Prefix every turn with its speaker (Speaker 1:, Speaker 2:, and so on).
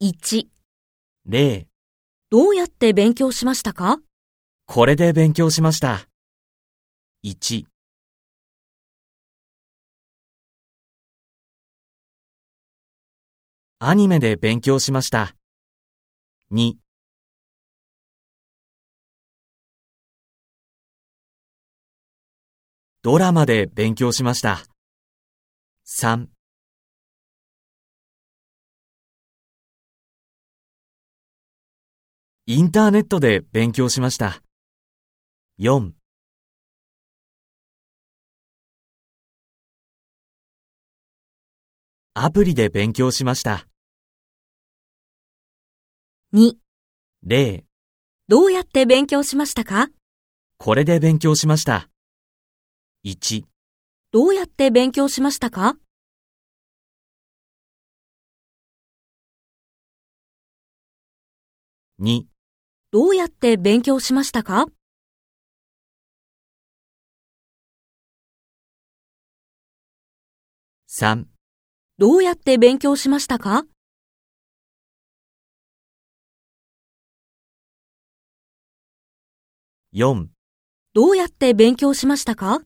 Speaker 1: 1、
Speaker 2: 例、
Speaker 1: どうやって勉強しましたか
Speaker 2: これで勉強しました。1、アニメで勉強しました。2、ドラマで勉強しました。3、インターネットで勉強しました。4アプリで勉強しました。
Speaker 1: 2、
Speaker 2: 例、
Speaker 1: どうやって勉強しましたか
Speaker 2: これで勉強しました。1、
Speaker 1: どうやって勉強しましたか
Speaker 2: 2、
Speaker 1: どうやって勉強しましたか
Speaker 2: 3、
Speaker 1: どうやって勉強しましたか
Speaker 2: 4
Speaker 1: どうやって勉強しましたか